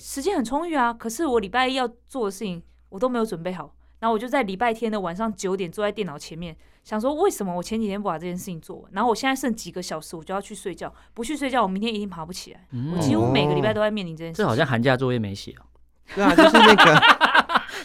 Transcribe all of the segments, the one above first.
时间很充裕啊，可是我礼拜一要做的事情我都没有准备好，然后我就在礼拜天的晚上九点坐在电脑前面，想说为什么我前几天不把这件事情做完，然后我现在剩几个小时我就要去睡觉，不去睡觉我明天一定爬不起来。我几乎每个礼拜都在面临这件事嗯这情。好像寒假作业没写哦，对啊，就是 那个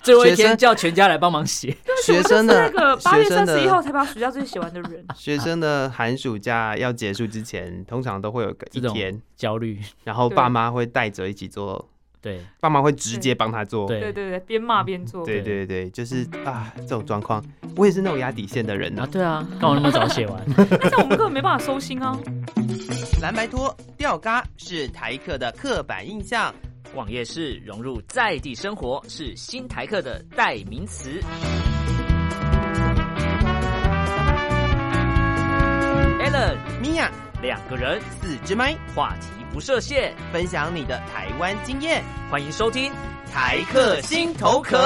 最后一学天生叫全家来帮 忙写。我学就是生那的个八学月三生十一号的才把暑假作业写完的人，学生的寒暑假要结束之前，通常都会有个一这种天，焦虑，然后对爸妈会带着一起做，对爸妈会直接帮他做。哦对对对对，边骂边做。对对对，就是啊，这种状况，我也是那种压底线的人呢、啊，对啊， 干嘛那么早 写完？但是我们根本没办法收心啊。蓝白拖、吊嘎是台客的刻板印象。网页式融入在地生活是新台客的代名词。Allen 米娅，两个人，四支麦，话题不设限，分享你的台湾经验，欢迎收听。台客心头壳。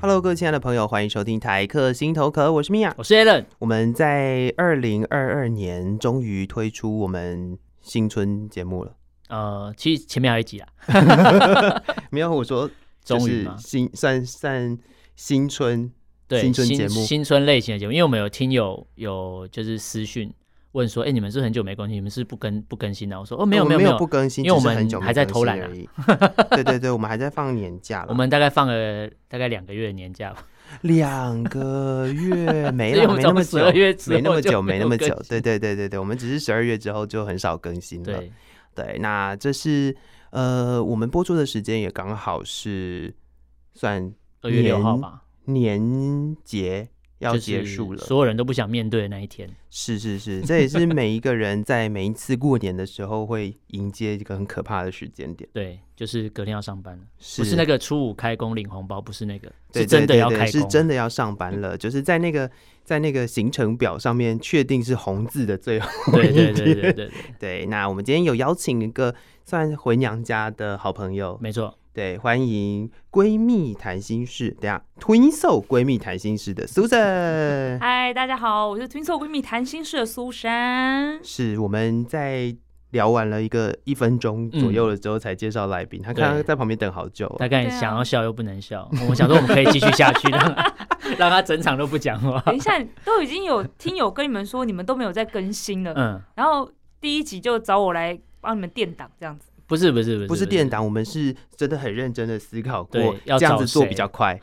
Hello，各位亲爱的朋友，欢迎收听台客心头壳，我是米娅。我是 Allen，我们在二零二二年终于推出我们新春节 目了。呃，其实前面还有一集啊，没有，我说就终于是吗新算算新春对，新春节目新春类型的节目，因为我们有听友有就是私讯问说，哎、你们是不是很久没更新，你们是不更不更新的、我说哦，没有我没们有没有，不更新，因为我只是们很久没还在更偷新懒啊而已。对对对，我们还在放年假 了，我们大概放了大概两个月的年假吧，两个月 没所以我了，们没从那么久12月，之没那后么就久，没没那有么更久。对对对对对，我们只是十二月之后就很少更新了。对，对，那这是呃，我们播出的时间也刚好是算二月六号年吧，年节要就结是束了，所有人都不想面对的那一天，是是 是，这也是每一个人在每一次过年的时候会迎接一个很可怕的时间点，对，就是隔天要上班了，是不是那个初五开工领红包，不是那个，对是真的嗯对要对开工，是真的要上班了，就是在那个在那个行程表上面确定是红字的最后 对一对对对天对对，对，那我们今天有邀请一个算回娘家的好朋友，没错，对，欢迎闺蜜谈心事，等一下 Twin Soul 闺蜜谈心事的 Susan，嗨，大家好，我是听说闺蜜谈心事的苏珊。是我们在聊完了一个一分钟左右了之后才介绍来宾，他刚刚嗯对在旁边等好久哦、大概对啊想要笑又不能笑，我想说我们可以继续下去，让他 让他整场都不讲话，等一下，都已经有听友跟你们说，你们都没有在更新了，嗯。然后第一集就找我来帮你们垫档，这样子。不是不是不是不是电，档，我们是真的很认真的思考过对，要这样找子做谁比较快。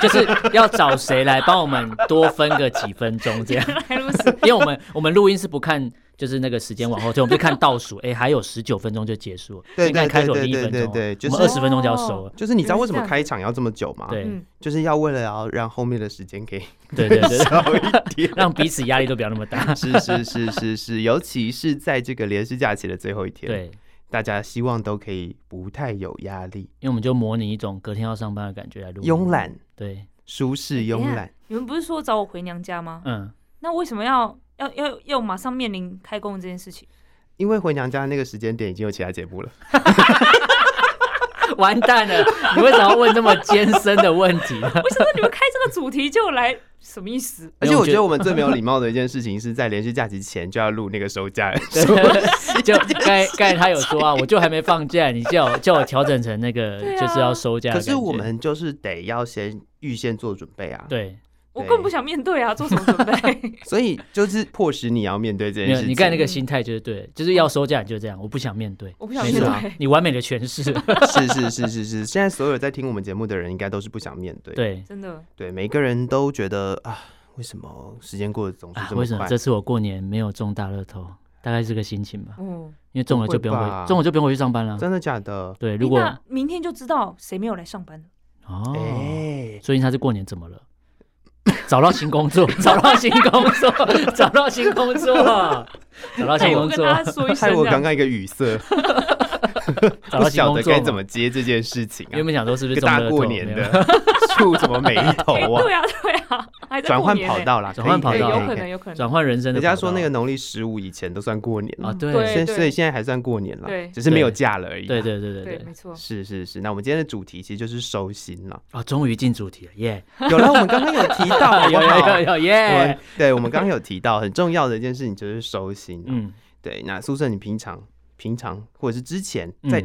就是要找谁来帮我们多分个几分钟这样，原来如此，因为我们我们录音是不看就是那个时间往后推，我们是看倒数，哎，还有十九分钟就结束了，所对以你看对开头对第一对分对钟，对就是我们二十分钟就哦要收了，就是你知道为什原么来是这样开场要这么久吗？对嗯，就是要为了要让后面的时 间给对对对，。少一点，让彼此压力都不要那么大是是是是是，尤其是在这个连续假期的最后一天，，对，大家希望都可以不太有压力，因为我们就模拟一种隔天要上班的感觉来录，慵，懒、对，舒适、慵懒。你们不是说找我回娘家吗？嗯，那为什么要要要要马上面临开工这件事情？因为回娘家那个时间点已经有其他节目了， 完蛋了，你为什么要问这么艰深的问题 呢？我想说你们开这个主题就来，什么意思？而没有且我我觉觉得得我们最没有 礼貌的一件事情是在连续假期前就要录那个收假的时候，对， 就刚才刚才他有说啊，我就还没放假，你叫我叫我调整成那个对啊就是要收假的 感可觉。是我们就是得要先预先做准备啊，，对，我更不想面对啊，做什么准 备？所以就是迫使你要面对这没件有事情。你 刚才那个心态就是对，就是要收假你就这样，我不想面对，我不想没面错啊对。你完美的诠 释，是是是是是，现在所有在听我们节目的人应该都是不想面对，对真的，对，每个人都觉得啊，为什么时间过得总是啊，这么为什快？么这次我过年没有中大乐透？大概是个心情吧，嗯，因为中了就不用不会吧回，中了就不用回去上班了。啊真的假的？对，如果诶那明天就知道谁没有来上班了。哎、哦，最近他是过年怎么了？ 找到新工作， 找到新工作， 找到新工作，啊 找到新对，我工跟作，啊大家说一声害我这刚样，刚一个语塞， 找不到新晓工得作该嘛怎么接这件事情啊原。本想说是不一是个中大乐透过年的， 树怎么没头诶 啊？对啊，对啊，还在转过换年跑呢，道啦，转换跑可以对，有可道可以可能，以有可能。转换人生的人跑道。家说那个嗯农历十五以前都算过年了，啊，对对所以所以现在还算过年了，对只是没有假了而已。啊对对对对对，对没错。是是是。那我们今天的主题其实就是收心了。啊，终于进主题了，耶！有了，我们刚刚有提到，好 不有有哎好？有有我们耶！对，我们刚刚有提到很重要的一件事情就是收心。嗯，嗯，对，那苏胜，你平常平常或者是之前嗯在、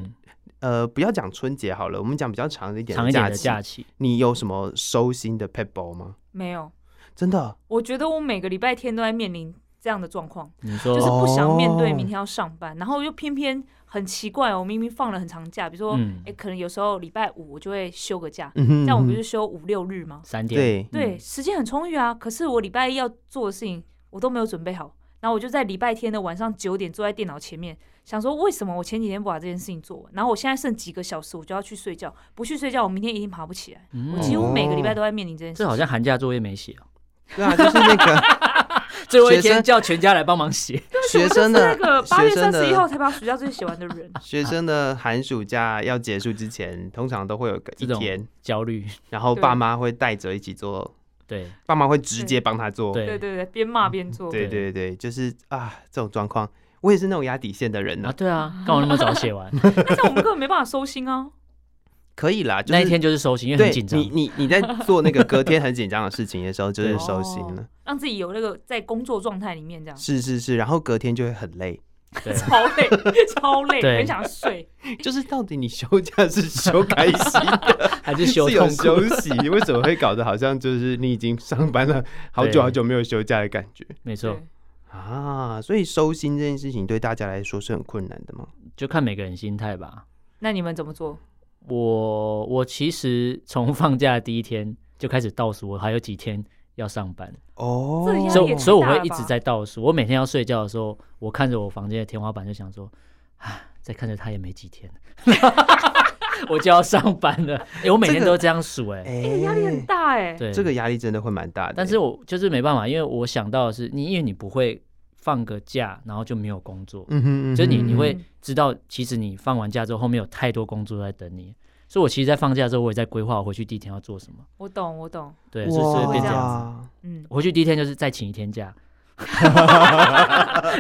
呃，不要讲春节好了，我们讲比较长一点长一点的期，假期，你有什么收心的 p e b b l e 吗？没有，真的，我觉得我每个礼拜天都在面临这样的状况，你就说是不想面对哦明天要上班，然后又偏偏很奇怪哦，我明明放了很长假，比如说，哎、嗯可能有时候礼拜五我就会休个假，嗯哼这样我不嗯是休五六日吗？三哼天，对，嗯对，时间很充裕啊，可是我礼拜一要做的事情我都没有准备好，然后我就在礼拜天的晚上九点坐在电脑前面，想说为什么我前几天不把这件事情做完，然后我现在剩几个小时我就要去睡觉，不去睡觉我明天一定爬不起来。嗯我几乎每个礼拜哦都在面临这件事这情。好像寒假作业没写哦，对啊，就是 那个最后一学天生叫全家来帮忙写，学生啊那的个八学月三生十一号的才把暑假作业写完的 人，啊学生的寒暑假要结束之前，通常都会有个这一种天，焦虑，然后对爸妈会带着一起做，对爸妈会直接帮他做。对对，对对，边骂边做。对对对，就是啊，这种状况，我也是那种压底线的人呢、啊对啊，干嘛那么早写完？但是我们根本没办法收心啊。 可以啦，就是、那一天就是收心，因为对很紧张你，你你在做那个隔天很紧张的事情的时候，就是对收心了哦。，让自己有那个在工作状态里面这样，是是是，然后隔天就会很累。对，超 累，超累，对很想睡。就是到底你休 假是休开心还是休是有痛苦，休息，为什么会搞得好像就是你已经上班了好久对好久没有休假的感觉没错，对啊？所以收心这件事情对大家来说是很困难的嘛？就看每个人心态吧。那你们怎么做？我我其实从放假的第一天就开始倒数，我还有几天要上班，哦这压所力以也我太所以我大会了一吧直在倒数。我每天要睡觉的时候，我看着我房间的天花板就想说，啊，再看着它也没几天， 我就要上班了。哎、我每天这个都这样数、哎、哎哎，压力很大哎。对，这个压力真的会蛮大的。欸但是我就是没办法，因为我想到的是你，因为你不会放个假，然后就没有工作，嗯哼，嗯哼就是你嗯你会嗯知道，其实你放完假之后，后面有太多工作在等你。所以，我其实，在放假之后，我也在规划我回去第一天要做什么。我懂，我懂。对，所以所以哇变这样子。哇嗯，回去第一天就是再请一天假。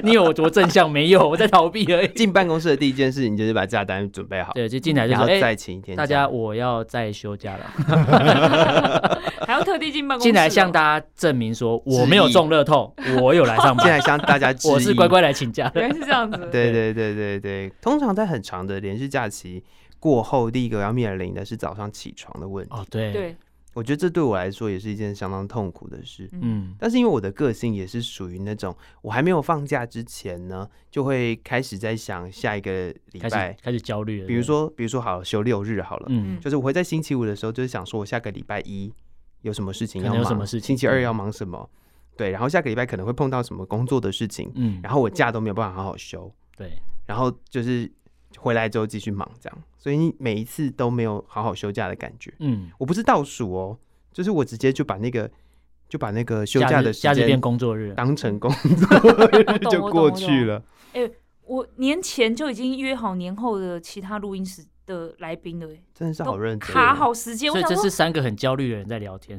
你有我多正向？没有，我在逃避而已。进办公室的第一件事情就是把假单准备好，对，就进来就然后说：“哎、再请一天假。大家我要再休假了。还要特地进办”公室哦。进来向大家证明说我没有中乐透，我有来上现班，在向大家我是乖致意乖来请假的。原来是这样子。对对对对对，通常在很长的连续假期过后，第一个要面临的是早上起床的问题。哦，对，对，我觉得这对我来说也是一件相当痛苦的事。嗯，但是因为我的个性也是属于那种，我还没有放假之前呢，就会开始在想下一个礼开始拜，开始焦虑了。比如，说，比如说好休六日好了，嗯，就是我会在星期五的时候，就是想说我下个礼拜一有什么事情可要能忙，有什么事情星期二要忙什么，对，然后下个礼拜可能会碰到什么工作的事情，嗯，然后我假都没有办法好好休，对，然后就是回来之后继续忙这样，所以你每一次都没有好好休假的感觉。嗯，我不是倒数哦，就是我直接就把那个就把那个休假假日的时假日变间工作日，当成 工作懂就我过懂我去懂了。我年前就已经约好年后的其他录音室的来宾了欸，真的是好认真，哦卡好时间。我所以想这说是，三个很焦虑的人在聊天，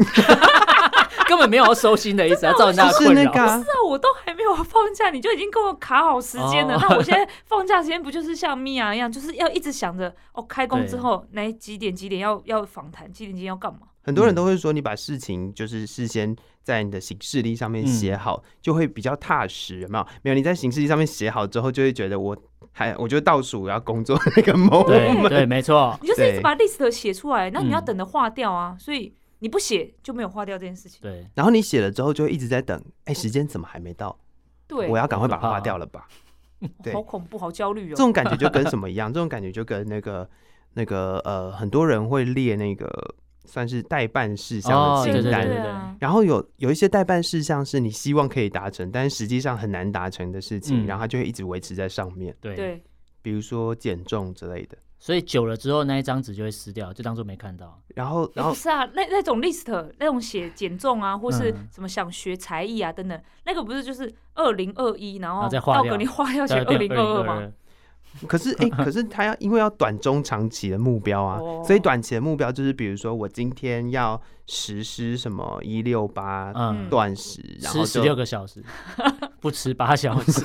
根本没有要收心的意思，要造成大家就是困那扰个。啊是啊，我都还没有放假，你就已经跟我卡好时间了。哦那我现在放假时间不就是像米娅一样，就是要一直想着哦，开工对之后哪几点几点要要访谈，几点几点要干嘛？很多人都会说，你把事情就是事先在你的行事历上面写好，就会比较踏实，有没有？没有，你在行事历上面写好之后，就会觉得我还我就倒数我要工作那个 moment，对对，没错，你就是一直对把 list 写出来，那你要嗯等着划掉啊。所以你不写就没有划掉这件事情。对，然后你写了之后就会一直在等，哎、时间怎么还没到？对，我要赶快把好可它怕花啊掉了吧。对好恐怖，好焦虑这哦。种感觉就跟什么一样？这 种感觉就跟那个那个呃，很多人会列那个算是代办事项哦的对清对单，对啊，然后有有一些代办事项是你希望可以达成，但是实际上很难达成的事情，嗯然后它就会一直维持在上面，对对，比如说减重之类的。所以久了之后那一张纸就会撕掉，就当做没看到。然后，然也不后是啊，那那种 list 那种写减重啊，或是嗯什么想学才艺啊等等，那个不是就是二零二一，然然后啊后再划到掉隔年划掉写再二变零二二吗？ 2022？可是哎、可是他要因为要短中长期的目标啊，哦所以短期的目标就是比如说我今天要实施什么一六八嗯，断食，然后吃十就六个 小时，不吃八小时，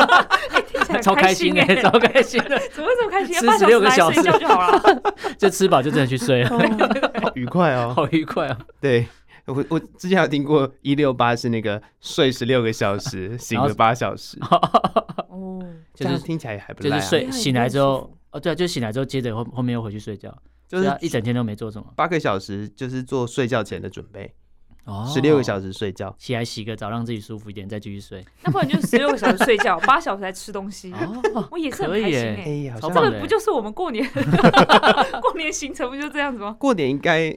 听起来很超开开心哎、的，超开心的，怎么会这么开心、啊？吃八小16时个来小时睡觉就好了。 就吃饱就真的去睡了， 好愉快哦，好愉快哦。 对，我我之前有听过一六八是那个睡十六个小 时，醒了八小时，哦，就这是样听起来也还不就赖、是啊，睡因为醒来之很舒后服，哦，对啊，就醒来之后，接着后后面又回去睡觉，就对啊一是整天都没做什么，八个小时，就是做睡觉前的准备，哦十六个小时时睡觉。起来洗个澡，让自己舒服一点，再继续睡。那不然就是十六个小时睡 觉，八小时来吃东西，哦，我也是很可以开心耶哎、哎、好超像这棒个的不就是我们过 年过年行程不就这样子吗？过年应该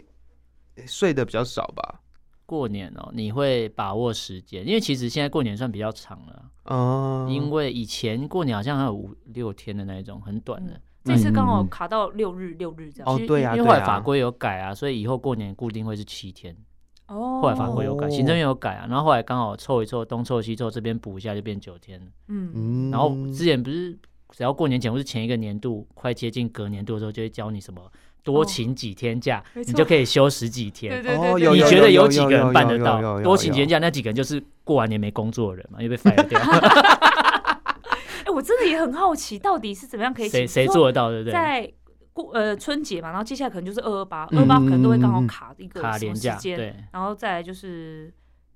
睡得比较少吧？过年哦，你会把握时间，因为其实现在过年算比较长了，啊哦、因为以前过年好像还有五六天的那一种，很短的嗯。这次嗯刚好嗯卡到六日，六日这样。哦其实对啊因为对后来啊法规有改啊，所以以后过年固定会是七天，哦后来法规有改，哦行政院有改啊，然后后来刚好凑一凑，东凑西凑，这边补一下就变九天了。嗯，嗯然后之前不是只要过年前或是前一个年度快接近隔年度的时候，就会教你什么多请几天假，哦没错你就可以休十几对天。对哦对有对，你有觉得有几个人办得有有有有到？有多请几天假，那几个人就是过完年没工作的人嘛，又被 fire 掉。哎，我真的也很好奇，到底是怎么样可以谁请谁说做得到，对不对？在过呃春节嘛，然后接下来可能就是二二八，嗯二八可能都会刚好卡一个嗯卡什年么假时，对间，，然后再来就是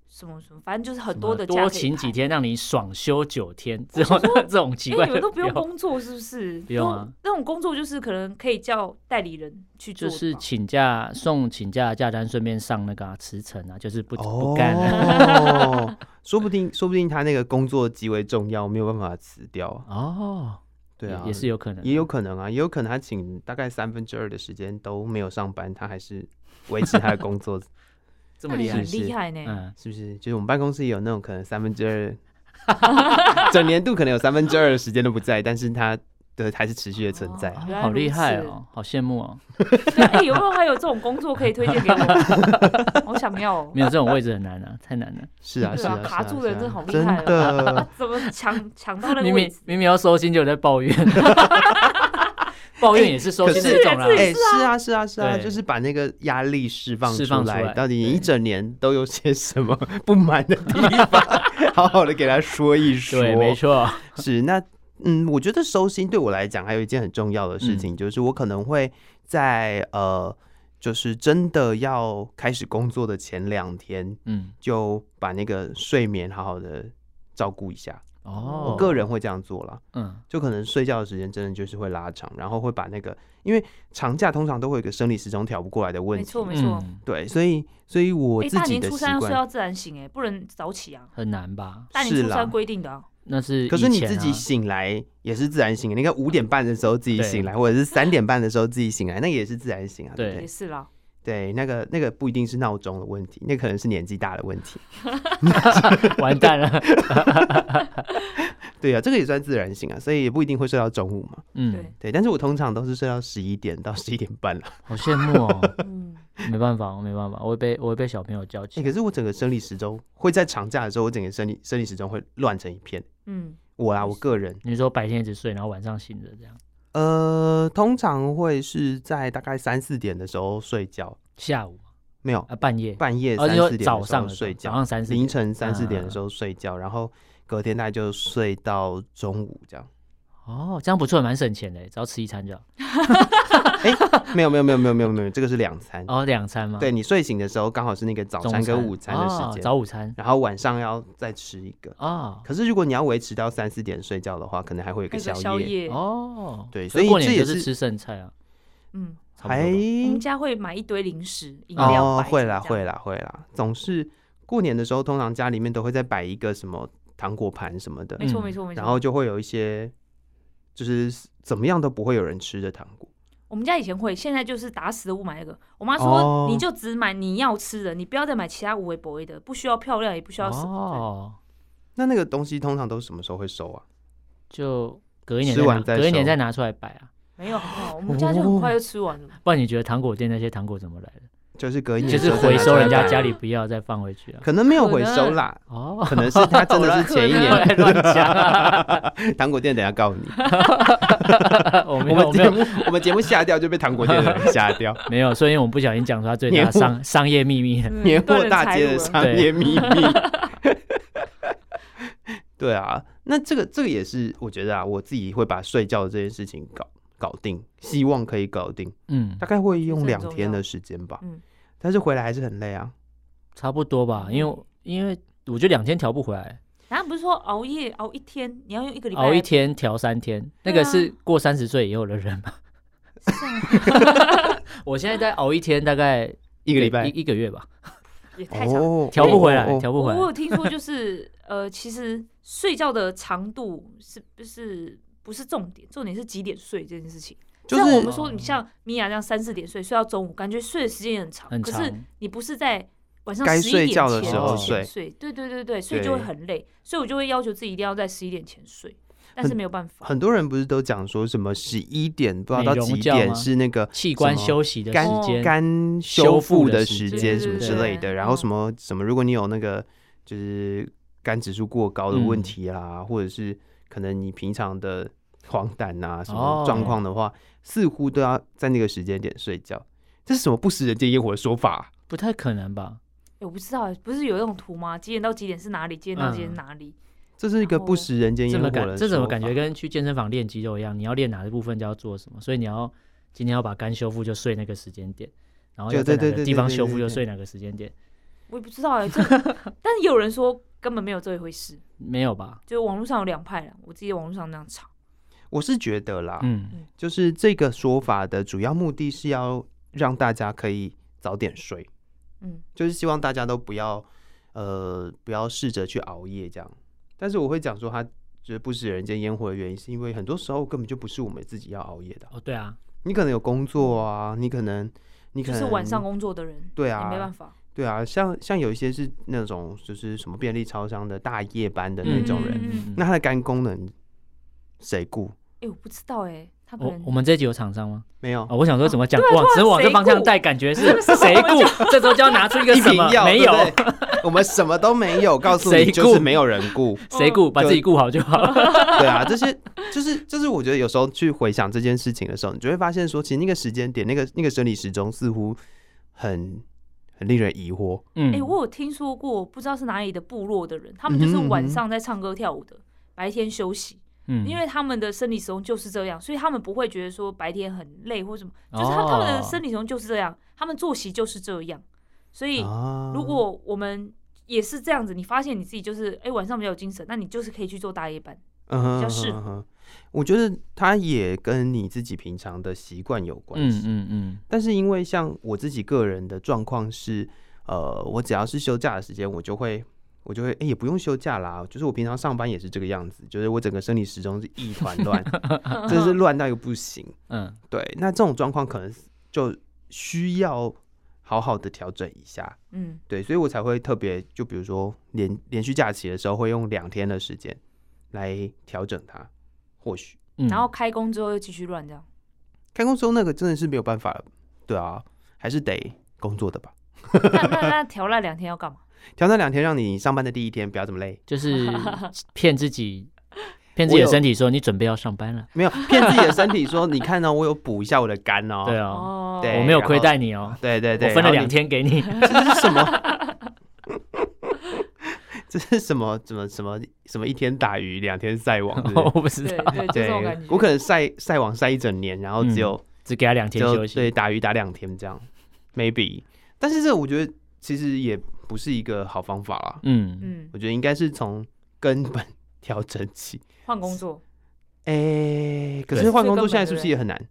什么什么，反正就是很什多么的假可以多请几排。天，让你爽休九天之后，这种奇因怪为的哎你们都不用理由工作是不是？不用啊那种，那种工作就是可能可以叫代理人去做就的嘛，是请假送请假的假单，顺便上那个啊辞呈啊，就是不不哦干了。 说不定，说不定他那个工作极为重要，没有办法辞掉 啊。哦，对也啊，也是有可能，也有可能啊，也有可能他请大概三分之二的时间都没有上班，他还是维持他的工作，这那么厉害哎很，是厉害呢。嗯，是不是？就是我们办公室也有那种可能三分之二，整年度可能有三分之二的时间都不在，但是他的还是持续的 存在啊。哦原来好厉如害此哦，好羡慕哦。对 哎，有没有还有这种工作可以推荐给我？ 好想要哦没！有这种位置很难啊，太难了。是啊，对是啊啊，是啊卡住是啊的真的好厉真害哦 的怎么抢抢到那个明位明置？明明要收心，就有在 抱怨，抱怨也是收心的可是一种啦自。己哎，是啊，是啊，是啊，对就是把那个压力释放释放出来。来到底你对一整年都有些什么 不满的地方， 好好的给他说一说。对，没错， 是那嗯，我觉得收心对我来讲还有一件很重要的嗯事情，就是我可能会在呃，就是真的要开始工作的前两天，嗯，就把那个睡眠好好的照顾一下。哦，我个人会这样做啦。嗯，就可能睡觉的时间真的就是会拉长，然后会把那个，因为长假通常都会有一个生理时钟调不过来的问题，没错没错。嗯，对，所以所以我哎，自大己年的初习三要睡惯，到自然醒，哎，不能早起啊。很难吧？大年是初啦三规定的啊。那是可是你以前啊自己醒来也是自然醒，你应该五点半的时候自己对醒来，或者是三点半的时候自己醒来，那也是自然醒啊，对不也对？是啦，对，那个那个不一定是闹钟的问题，那可能是年纪大的问题。 啊完 蛋了，对啊，这个也算自然醒啊，所以也不一定会睡到中午嘛。嗯对，对，但是我通常都是睡到十一点到十一点半 了。好羡慕哦， 嗯，没办法，我没办法，我会被我会被小朋友叫起哎、来。可是我整个生理时钟会在长假的时候，我整个生理生理时钟会乱成一片。嗯，我啦，也我是个人，你说白天一直睡，然后晚上醒着这样，呃，通常会是在大概三四点的时候睡觉，下午没有啊半夜，半夜哦三你四说点的时早候上的时候睡早觉，上三四凌点晨三四点的嗯时候睡觉，然后隔天大概就睡到中午这样。哦，这样不错，蛮省钱的，只要吃一餐就好。没有没有没有没有没有没有，这个是两餐。哦，两餐吗？对你睡醒的时候刚好是那个早中餐跟午餐的时哦间，早午餐然后晚上要再吃一个。哦可是如果你要维持到三四点睡觉的话，可能还会有一那个个宵宵夜，夜，哦，对所所以过这年也就是是吃剩菜啊，嗯，差不还多吧我们家会买一堆零食、饮料哦，摆着会啦，这会样，啦，会啦，总是过年的时候，通常家里面都会再摆一个什么糖果盘什么的，没错嗯没错没错。然后就会有一些就是怎么样都不会有人吃的糖果。我们家以前会，现在就是打死都不买那个。我妈哦说，你就只买你要吃的，你不要再买其他无为博的，不需要漂亮，也不需要什么。哦，那那个东西通常都是什么时候会收啊？就隔一年吃再拿完再隔一年收再拿出来摆啊，没有，好不好？我们家就很快就吃完 了。不然你觉得糖果店那些糖果怎么来的？嗯就是隔一年就之是后再回拿收出人来家摆啊家里不要再放回去啊。可能没有回收啦，哦，可能是他真的是前一我来年乱讲啊， 糖果店，等一下告你。我没我有我们没节有目我们节目下掉就被糖果店的人下掉，没有，所以我们不小心讲出他 最大的商商业秘密了。嗯年断货人大财街路的了商业秘密。 对啊，那这个这个也是我觉得啊，我自己会把睡觉这件事情搞搞定，希望可以搞定，嗯大概会用这很两重天要的时间吧。嗯但是回来还是很累啊，差不多吧，因为因为我觉得两天调不回来，然后不是说熬夜熬一天，你要用一个礼拜熬来一天调三天，那对个啊是过三十岁以后的人嘛。啊 我现在在熬一天，大概一个礼拜一一个月吧，也太长。哦，调不回来哦，调我不回 我有来。听说，就是呃，其实睡觉的长度是不是不是重点，重点是几点睡这件事情。就像我是们说，你像米娅这样三四点睡，睡到中午，感觉睡的时间也很长，很可是长你不是在晚上该十一睡点觉的前时候睡，睡对对对对，所以就会很累，所以我就会要求自己一定要在十一点前睡，但是没有办法。很多人不是都讲说什么十一点不知道美到容几觉点吗是那个器官什么休息的肝时间，肝修修复复的的时时间间什么对之对类对的，然后嗯什么什么，如果你有那个就是肝指数过高的问嗯题啦，或者是可能你平常的黄疸啊什哦么状况的话，似乎都要在那个时间点睡觉。这是什么不食人间烟火的说法啊？不太可能吧？欸我不知道欸，不是有那种图吗？几点到几点是哪里？几点到几点是嗯哪里？这是一个然后不食人间哦这烟火么的感这怎么说感觉法？跟去健身房练肌肉一样？你要练哪个部分就要做什么，所以你要今天要把肝修复就睡那个时间点，然后对要在对哪对个对地对方对修对复就对睡哪个时间点，我也不知道哎、这 但有人说根本没有这一回事，没有吧？就网络上有两派了，我自己网络上那样吵。我是觉得啦，嗯，就是这个说法的主要目的是要让大家可以早点睡，嗯，就是希望大家都不要呃不要试着去熬夜这样。但是我会讲说，他觉得不食人间烟火的原因，是因为很多时候根本就不是我们自己要熬夜的啊，哦，对啊，你可能有工作啊，你可能你可就能是晚上工作的人，对也没办啊，法。对啊，像像有一些是那种就是什么便利超商的大夜班的那嗯种嗯人，嗯嗯嗯那他的肝功能谁顾？哎、我不知道哎、他可我能我们这一集有厂商吗？没有哦，，我想说怎么讲，啊往只往这方向带，感 觉是谁谁顾？这时候就要拿出一个一什瓶么？药没对有不，对 我们什么都没有，告诉谁你就是顾没有人顾。谁顾？把就自己顾好就好哦了。对啊，这些就是就是我觉得有时候去回想这件事情的时候，你就会发现说，其实那个时间点，那个那个生理时钟似乎很很令人疑惑。 嗯哎、我有听说过，不知道是哪里的部落的人，他们就是嗯哼嗯哼晚上在唱歌跳舞的，白天休息，嗯因为他们的生理时钟就是这样，所以他们不会觉得说白天很累或什么，就是他哦他们的生理时钟就是这样，他们作息就是这样，所以啊如果我们也是这样子，你发现你自己就是哎、晚上比较有精神，那你就是可以去做大夜班。嗯哼比较适合嗯哼嗯哼我觉得它也跟你自己平常的习惯有关系。嗯嗯嗯，但是因为像我自己个人的状况是，呃，我只要是休假的时间，我就会。我就会哎、诶也不用休假啦，就是我平常上班也是这个样子，就是我整个生理时钟是一团乱， 真啊是乱到一个不行。嗯，对，那这种状况可能就需要好好的调整一下。嗯，对，所以我才会特别，就比如说连连续假期的时候，会用两天的时间来调整它。或许嗯然后开工之后又继续乱这样。开工之后那个真的是没有办法了，对啊，还是得工作的吧。那那那调那两天要干嘛？调那两天，让你上班的第一天不要这么累， 就是骗自己，骗自己的我有身体说你准备要上班了。没有骗自己的身体说，你看呢、我有补一下我的肝哦。对哦，哦，对我没有亏待你哦，对对我对，分了然后两你天给 你。这是什么？ 这是什么？怎么什么什么一天打鱼两天晒网是 不我是？不知对 道，对，就这种感对觉，。我可能晒晒网晒一整年，然后只有、只给他两只嗯天休有息对。打鱼打两天这样，maybe。但是这我觉得其实也不是一个好方法啦。嗯，嗯，我觉得应该是从根本调整起。换工作哎、可对是换最根工作本现在是不是对也很难？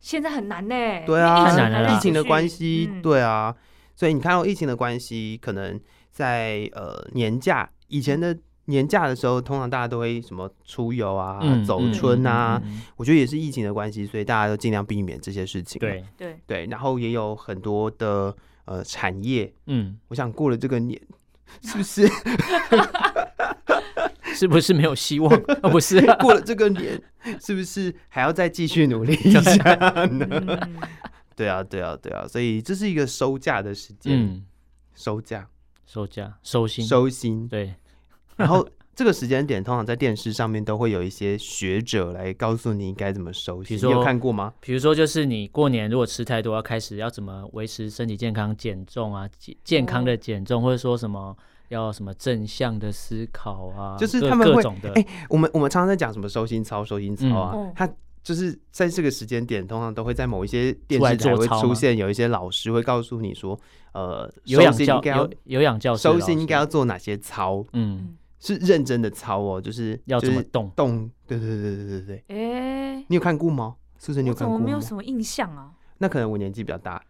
现在很难呢。对啊，太难了啦疫情的关系，嗯对啊，所以你看到疫情的关系，可能在呃年假以前的年假的时候，通常大家都会什么出游啊、嗯走春啊，，嗯嗯嗯嗯嗯我觉得也是疫情的关系，所以大家都尽量避免这些事情。啊对，对，对，然后也有很多的呃产业，嗯，我想过了这个年， 是 不是是不是没有希望？ 啊，不是， 过了这个年，是不是还要再继续努力一下 呢？嗯， 对啊，对啊，对啊，所以这是一个收假的时间，嗯，收假、收假收心，收心，对， 然后这个时间点，通常在电视上面都会有一些学者来告诉你该怎么收比心。如你说有看过吗？比如说，就是你过年如果吃太多，要开始要怎么维持身体健康、减重啊，健健康哦的减重，或者说什么要什么正向的思考啊，就是各他们各会种的，哎我们我们常常在讲什么收心操、收心操啊，嗯它就是在这个时间点，通常都会在某一些电出来视台做会操出吗现有一些老师会告诉你说，呃，有收氧心应教该要有有氧教室的收老师，心应该要做哪些操，嗯是认真的操哦，就是要就怎么是动，动，对对对对对对，哎、你有看过吗？苏晨，你我有怎看么过没有吗？什么印象啊？那可能我年纪比较大，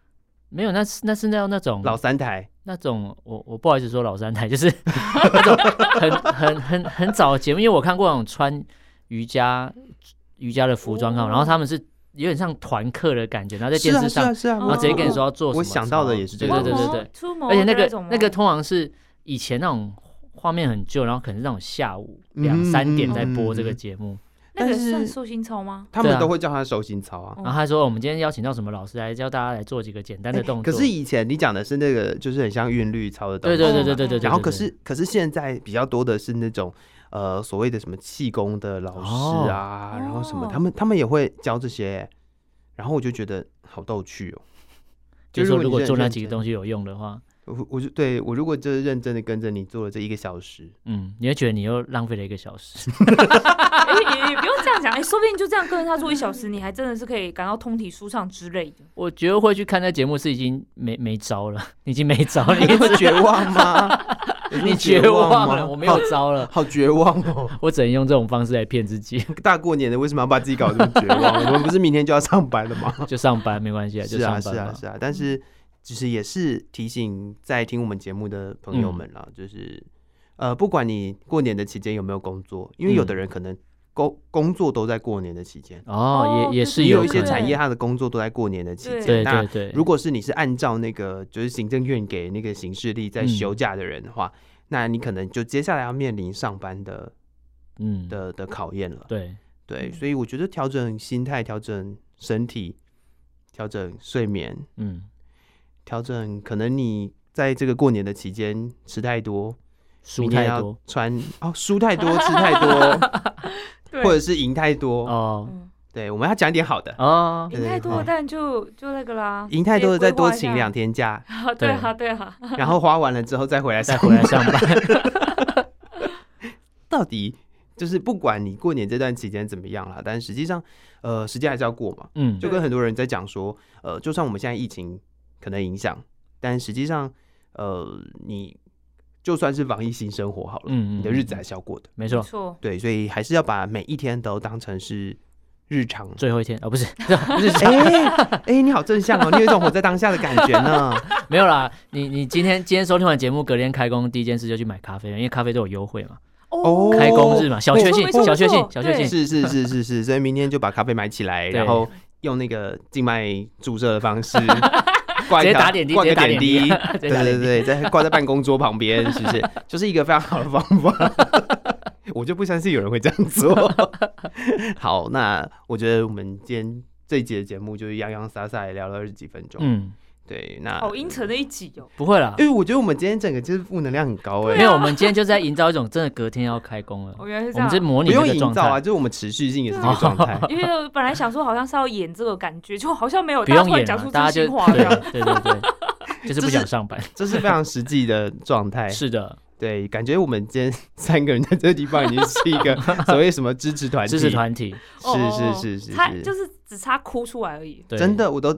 没有那是那是那种那种老三台那种我我不好意思说老三台，就是 那种很很很很早的节目，因为我看过那种穿瑜伽瑜伽的服装啊，哦然后他们是有点像团课的感觉，然后在是电啊视是上，啊是啊，然然后直接跟你说要做什么我操想到的也是这对个对对对对，出而且那哦那种啊个那个吗通常是以前那种画面很旧，然后可能是那种下午嗯两三点嗯在播这个嗯节目，那个但是算寿星操 吗？他对们啊都会叫他收心操啊。嗯然后他说我们今天邀请到什么老师来教大家来做几个简单的哎动可作，是以前你讲的是那个，就是很像韵律操的东对西，对对对对对，然后对可对是可是现在比较多的是那种呃所谓的什么气功的老师啊，哦然后什么哦他们他们也会教这些，然后我就觉得好逗趣哦。就是说如果做那几个西，东西有用的话，我我就对我如果就是认真的跟着你做了这一个 小时，嗯，你会觉得你又浪费了一个小时。 哎、也也不用这样讲，哎、说不定就这样跟着他做一小时，你还真的是可以感到通体舒畅之类的。我觉得会去看那节目是已经没没招了，已经没招 了，你你会绝 望吗？你会绝望吗了，我没有好招了，好绝望哦！ 我只能用这种方式来骗自己， 大过年的，为什么要把自己搞得这么绝望？我们不是明天就要上班了吗？就上班没关系啊，就是啊上是班啊吧。是啊，但嗯是其实也是提醒在听我们节目的朋嗯友们啦，就是呃，不管你过年的期间有没有工作，因为有的嗯人可能工工作都在过年的期间，哦哦，也也就是是也有一可些能产业它的工作都在过年的期对间，对那对对，如果是你是按照那个就是行政院给那个行事历在嗯休假的人的话，那你可能就接下来要面临上班的嗯的的考验了。对，对，嗯所以我觉得调整心态、调整身体、调整睡眠，嗯，调整，可能你在这个过年的期间吃太多，输明天太要多穿哦，输太多，吃太多，对或者是赢太多。哦嗯，对，我们要讲点好的，哦，赢太多了，但就就那个啦，赢太多的再多请请两。天假，啊，对啊，对啊，然后花完了之后再回来再 上回来上班， 到底就是不管你过年这段期间怎么样啦，但实际上，呃，时间还是要过嘛。嗯，就跟很多人在讲说，呃，就算我们现在疫情可能影响，但实际上，呃，你就算是防疫新生活好了，嗯嗯你的日嗯子还是要过的。没没错，错，对，所以还是要把每一天都当成是 日常。最后一天哦，不是日常，哎、哎你好正向哦，你有一种活在当下的感觉呢。 没有啦，你你今天今天收听完节目，隔天开工第一件事就去买咖啡了，因为咖啡都有优惠嘛，哦开工日嘛，小没确错幸没，错小没确幸错，小确对 幸，是是是是是，所以明天就把咖啡买起来，对然后用那个静脉注射的 方式挂直一接条打点滴挂个直接打点点滴啊直接对打对点对，在挂在办公桌旁边，是不是？就是一个非常好的方法。 我就不相信有人会这样做。 好，那我觉得我们今天这一节节目就是洋洋洒洒也聊了二十几分钟。嗯，对，那好阴沉的一集哦。不会啦因。为我觉得我们今天整个就是负能量很高哎、没有，我们今天就在营造一种真的隔天要开工了，我原来是这我样们在啊，模哦不拟用那个营状造啊，态就，是我们持续性也是这个 状态。因为我本来想说好像是要演这个感觉，就好像没有，不大家用突然演讲出了，大家真就心话这 对样。对对对，就是不想上班。这是非常实际的状态。是的，对，感觉我们今天三个人在这个地方已经是一个所谓什么支持团体，支持团体，哦是是是是差是，就是只差哭出来而已。对，真的我都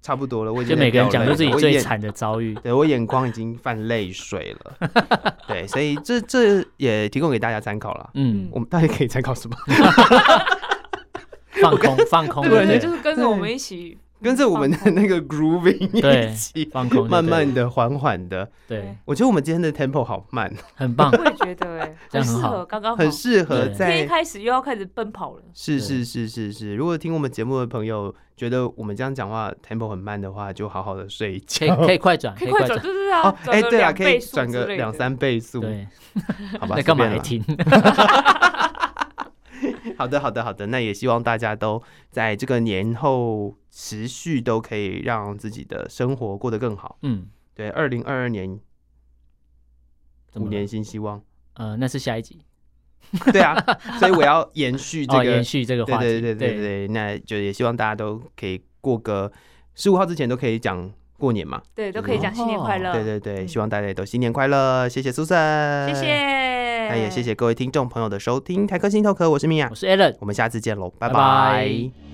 差不多了，我已经就每个人讲出出自己最，惨的遭遇我眼。对我眼眶已经泛泪水了。 对，所以这这也提供给大家参考了。嗯，我们到底可以参 考什么？放空，放空， 对对对对，对就是跟着我们一起，跟着我们的那个 grooving 对一起，放空，慢慢的、缓缓的。对，我觉得我们今天的 tempo 好慢，很棒我。也觉得哎， 这样适很好合，刚刚好很。适合对今天一在开始又要开始奔跑了，是对是是是是，如果听我们节目的朋友觉得我们这样讲话 tempo 很慢的话，就好好的睡一可觉以。 可以快转，可以快快转，转，对对对啊哦，，哎，转个对啊，两可以倍速转之个类两的三倍速，对，好吧？ 那干嘛随还便听？啦？ 好的，好的，好的。那也希望大家都在这个年后持续都可以让自己的生活过得更好。嗯，对，二零二二年怎五么了年新希望。呃，那是下一集，对啊，所以我要延续这哦，个延续这个对话对题，对对对，那就也希望大家都可以过个十五号之前都可以讲过年嘛，对，都可以讲新年快哦乐。嗯对对对，嗯希望大家也都新年快乐，谢谢苏珊，谢谢，那也谢谢各位听众朋友的收听，台科心头壳，我是米娅我，是 Alan。我们下次见喽，拜拜拜拜